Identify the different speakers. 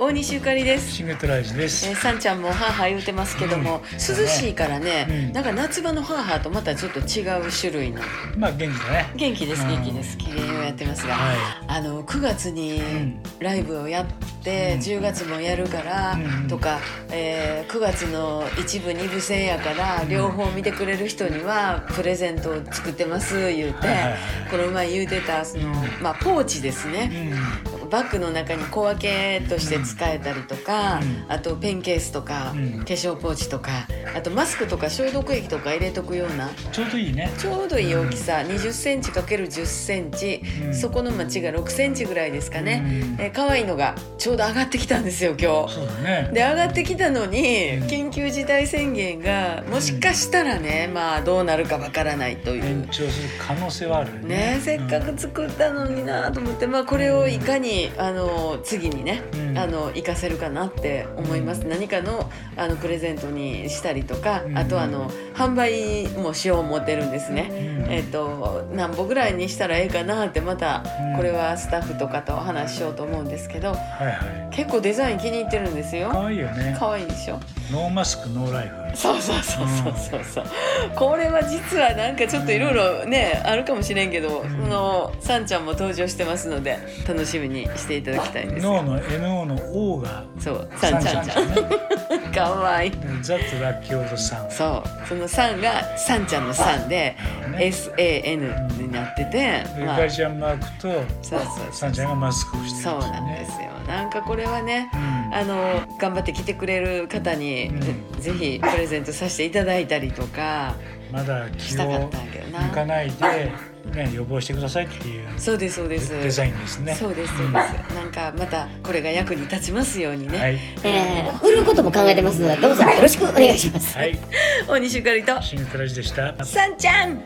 Speaker 1: 大西ゆかりです。
Speaker 2: シングルトライジです
Speaker 1: えー、。さんちゃんもハーハー言うてますけども、
Speaker 2: うん
Speaker 1: 涼しいからね、
Speaker 2: うん
Speaker 1: なんか夏場のハーハーとまたちょっと違う種類の
Speaker 2: まあ元気だね。
Speaker 1: 元気です
Speaker 2: うん
Speaker 1: 元気です機嫌をやってますが、
Speaker 2: は
Speaker 1: あの9月に
Speaker 2: い。うん。
Speaker 1: ライブをやって、
Speaker 2: うん
Speaker 1: 10月もやるから、
Speaker 2: うん
Speaker 1: とか、えー9月の一部二部制やから
Speaker 2: ん
Speaker 1: 両方見てくれる人にはプレゼントを作ってます言うて、
Speaker 2: はいはいはい
Speaker 1: この前言うてたその、まあ、ポーチですね。バッグの中に小分けとして使えたりとか、
Speaker 2: うん
Speaker 1: あとペンケースとか、
Speaker 2: うん
Speaker 1: 化粧ポーチとかあとマスクとか消毒液とか入れとくような
Speaker 2: うん。ちょうどいいね。
Speaker 1: ちょうどいい大きさ2 0ンチ ×10 センチ、
Speaker 2: うん
Speaker 1: そこの町が6センチぐらいですかね、
Speaker 2: うん
Speaker 1: えー可愛いのがちょうど上がってきたんですよ今日。
Speaker 2: そうだね。
Speaker 1: で上がってきたのに
Speaker 2: うん
Speaker 1: 緊急事態宣言がもしかしたらねまあどうなるかわからないという。
Speaker 2: 延長する可能性はあるよ
Speaker 1: ねえせっか
Speaker 2: うん
Speaker 1: く作ったのになと思って、まあ、これをいかにあの次にね、
Speaker 2: うん
Speaker 1: あの活かせるかなって思います、
Speaker 2: うん
Speaker 1: 何かのあのプレゼントにしたりとか、
Speaker 2: うん
Speaker 1: あとあの販売もしよう思ってるんです
Speaker 2: う
Speaker 1: ね。
Speaker 2: ん
Speaker 1: えっと何歩ぐらいにしたらええかなってまた
Speaker 2: うん
Speaker 1: これはスタッフとかとお話ししようと思うんですけど
Speaker 2: はいはい。
Speaker 1: 結構デザイン気に入ってるんです
Speaker 2: 可
Speaker 1: よ。
Speaker 2: 愛いよね。
Speaker 1: 可愛いでしょ
Speaker 2: ノーマスクノーライフ。
Speaker 1: そうそうそうそうそうそう、これは実はなんかちょっといろいろねあるかもしれんけど、
Speaker 2: ん
Speaker 1: そのさんちゃんも登場してますので楽しみにしていただきたいんです
Speaker 2: ノーの NO の O が。
Speaker 1: そうさんちゃんちゃ
Speaker 2: んね。
Speaker 1: んかわいい
Speaker 2: ザッツラッキーオードさん。
Speaker 1: そうそのさんがさんちゃんのさんで、
Speaker 2: ね
Speaker 1: SAN になってて、
Speaker 2: でゆ
Speaker 1: まあ
Speaker 2: かりちゃんマークと
Speaker 1: そうそうそ
Speaker 2: さ
Speaker 1: うん
Speaker 2: ちゃんがマスクをして
Speaker 1: そ
Speaker 2: る
Speaker 1: う
Speaker 2: ってい
Speaker 1: なんで
Speaker 2: ね
Speaker 1: すよなんかこれはね
Speaker 2: うん
Speaker 1: あの頑張って来てくれる方に、
Speaker 2: う
Speaker 1: ぜひプレゼントさせていただいたりとか
Speaker 2: まだ
Speaker 1: し
Speaker 2: 気
Speaker 1: たかっ
Speaker 2: を
Speaker 1: たんやけどな
Speaker 2: 抜かないで、ね、予防してくださいっていう
Speaker 1: そうですそうです
Speaker 2: デザインですね。
Speaker 1: そうですそうです、なんかまたこれが役に立ちますようにね、
Speaker 2: はい、
Speaker 3: えー、売ることも考えてますので、どうぞよろしくお願いします。
Speaker 2: はい、
Speaker 1: 大西ゆかりと
Speaker 2: シングルラジでした。
Speaker 1: さんちゃん